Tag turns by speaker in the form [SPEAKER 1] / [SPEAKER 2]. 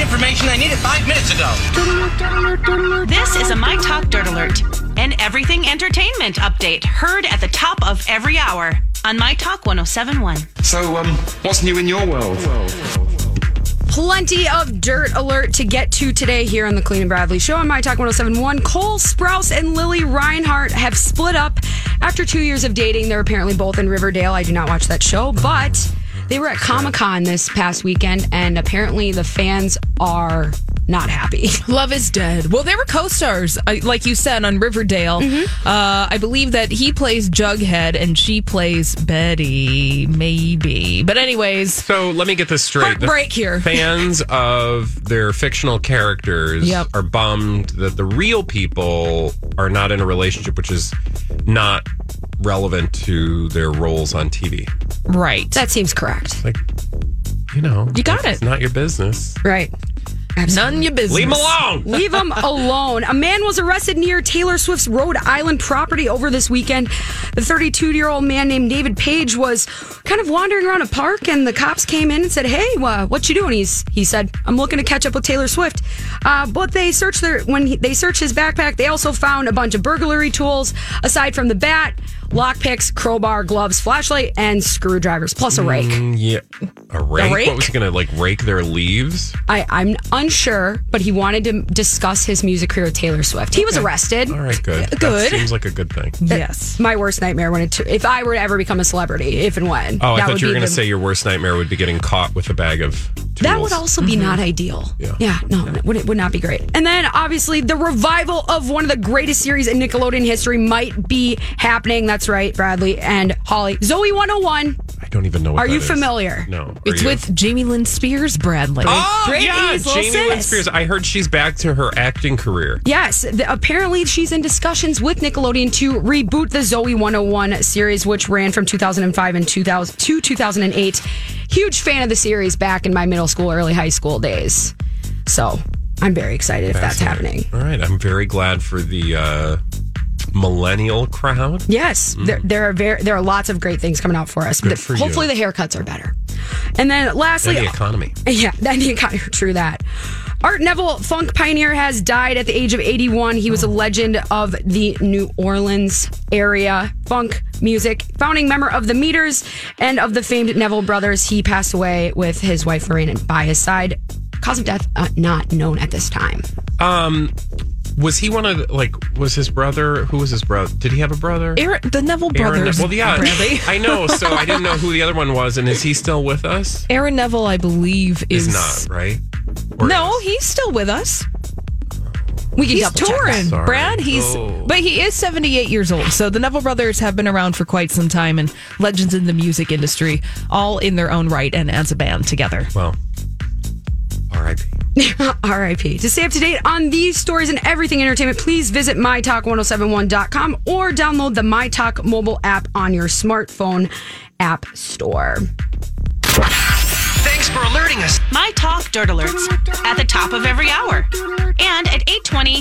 [SPEAKER 1] information I needed five minutes ago.
[SPEAKER 2] This is a My Talk Dirt Alert, an everything entertainment update heard at the top of every hour on My Talk 1071.
[SPEAKER 3] So, um, what's new in your world?
[SPEAKER 4] Plenty of dirt alert to get to today here on the Clean and Bradley Show on My Talk 1071. Cole Sprouse and Lily Reinhart have split up after two years of dating. They're apparently both in Riverdale. I do not watch that show, but they were at Comic Con this past weekend, and apparently the fans are not happy.
[SPEAKER 5] Love is dead. Well, they were co-stars, uh, like you said, on Riverdale.
[SPEAKER 6] Mm-hmm.
[SPEAKER 5] Uh, I believe that he plays Jughead and she plays Betty, maybe. But anyways,
[SPEAKER 6] So let me get this straight. The
[SPEAKER 5] Heartbreak here.
[SPEAKER 6] Fans of their fictional characters
[SPEAKER 5] Yep.
[SPEAKER 6] are bummed that the real people are not in a relationship, which is not relevant to their roles on TV.
[SPEAKER 5] right.
[SPEAKER 4] That seems correct.
[SPEAKER 6] Like, you know,
[SPEAKER 5] You got
[SPEAKER 6] it's
[SPEAKER 5] it.
[SPEAKER 6] not your business.
[SPEAKER 4] Right.
[SPEAKER 5] None your business.
[SPEAKER 6] Leave them alone.
[SPEAKER 4] Leave him alone. A man was arrested near Taylor Swift's Rhode Island property over this weekend. The 32 year old man named David Page was kind of wandering around a park, and the cops came in and said, "Hey, wha- what you doing?" He's he said, "I'm looking to catch up with Taylor Swift." Uh, but they searched their when he, they searched his backpack, they also found a bunch of burglary tools aside from the bat, lockpicks, crowbar, gloves, flashlight, and screwdrivers, plus a rake.
[SPEAKER 6] Yeah, a rake.
[SPEAKER 5] rake?
[SPEAKER 6] What was he gonna like? Rake their leaves?
[SPEAKER 4] I, I'm unsure, but he wanted to discuss his music career with Taylor Swift. He was arrested.
[SPEAKER 6] All right, good. That
[SPEAKER 5] Good.
[SPEAKER 6] seems like a good thing.
[SPEAKER 5] Yes.
[SPEAKER 4] my worst nightmare when it t- if I were to ever become a celebrity, if and when.
[SPEAKER 6] Oh, I
[SPEAKER 4] that
[SPEAKER 6] thought you were
[SPEAKER 4] be
[SPEAKER 6] gonna
[SPEAKER 4] the-
[SPEAKER 6] say your worst nightmare would be getting caught with a bag of. Tools.
[SPEAKER 4] That would also be not ideal.
[SPEAKER 6] Mm-hmm. Yeah.
[SPEAKER 4] no, It, would, it would not be great. And then, obviously, the revival of one of the greatest series in Nickelodeon history might be happening. That's right, Bradley and Holly. Zoe 101.
[SPEAKER 6] I don't even know. what
[SPEAKER 4] Are
[SPEAKER 6] that
[SPEAKER 4] you
[SPEAKER 6] is.
[SPEAKER 4] familiar?
[SPEAKER 6] No. Are
[SPEAKER 5] It's
[SPEAKER 6] you?
[SPEAKER 5] with Jamie Lynn Spears, Bradley.
[SPEAKER 6] Oh
[SPEAKER 4] Britney's
[SPEAKER 6] yeah,
[SPEAKER 4] little
[SPEAKER 6] Jamie Lynn
[SPEAKER 4] sis.
[SPEAKER 6] Spears. I heard she's back to her acting career.
[SPEAKER 4] Yes, the, apparently she's in discussions with Nickelodeon to reboot the Zoe 101 series, which ran from 2005 and 2000 to 2008. Huge fan of the series back in my middle school, early high school days. So I'm very excited if that's happening.
[SPEAKER 6] All right, I'm very glad for the uh, millennial crowd.
[SPEAKER 4] Yes, there, there are very, there are lots of great things coming out for us. The-
[SPEAKER 6] Hmm. for you.
[SPEAKER 4] hopefully, the haircuts are better. And then
[SPEAKER 6] and
[SPEAKER 4] lastly,
[SPEAKER 5] uh,
[SPEAKER 6] the economy.
[SPEAKER 4] Yeah, that didn't kind of true that. Art Neville, funk pioneer, has died at the age of 81. He was a legend of the New Orleans area funk music, founding member of the Meters and of the famed Neville Brothers. He passed away with his wife Lorraine by his side. Cause of death uh, not known at this time.
[SPEAKER 6] Um, was he one of the- like? Was his brother? Who was his brother? Did he have a brother?
[SPEAKER 5] Aaron, the Neville
[SPEAKER 6] Aaron-
[SPEAKER 5] brothers.
[SPEAKER 6] Well, yeah,
[SPEAKER 5] Bradley.
[SPEAKER 6] I know. So I didn't know who the other one was. And is he still with us?
[SPEAKER 5] Aaron Neville, I believe, is,
[SPEAKER 6] Is not right. Or
[SPEAKER 5] No,
[SPEAKER 6] is?
[SPEAKER 5] he's still with us.
[SPEAKER 4] We can
[SPEAKER 5] He's
[SPEAKER 4] double check
[SPEAKER 5] touring,
[SPEAKER 4] that.
[SPEAKER 6] Sorry.
[SPEAKER 5] Brad. He's
[SPEAKER 6] Oh.
[SPEAKER 5] but he is 78 years old. So the Neville brothers have been around for quite some time and legends in the music industry, all in their own right and as a band together.
[SPEAKER 6] Well, R.I.P.
[SPEAKER 4] RIP. To stay up to date on these stories and everything entertainment, please visit mytalk1071.com or download the MyTalk mobile app on your smartphone app store.
[SPEAKER 1] Thanks for alerting us.
[SPEAKER 2] My Talk Dirt Alerts at the top of every hour and at 820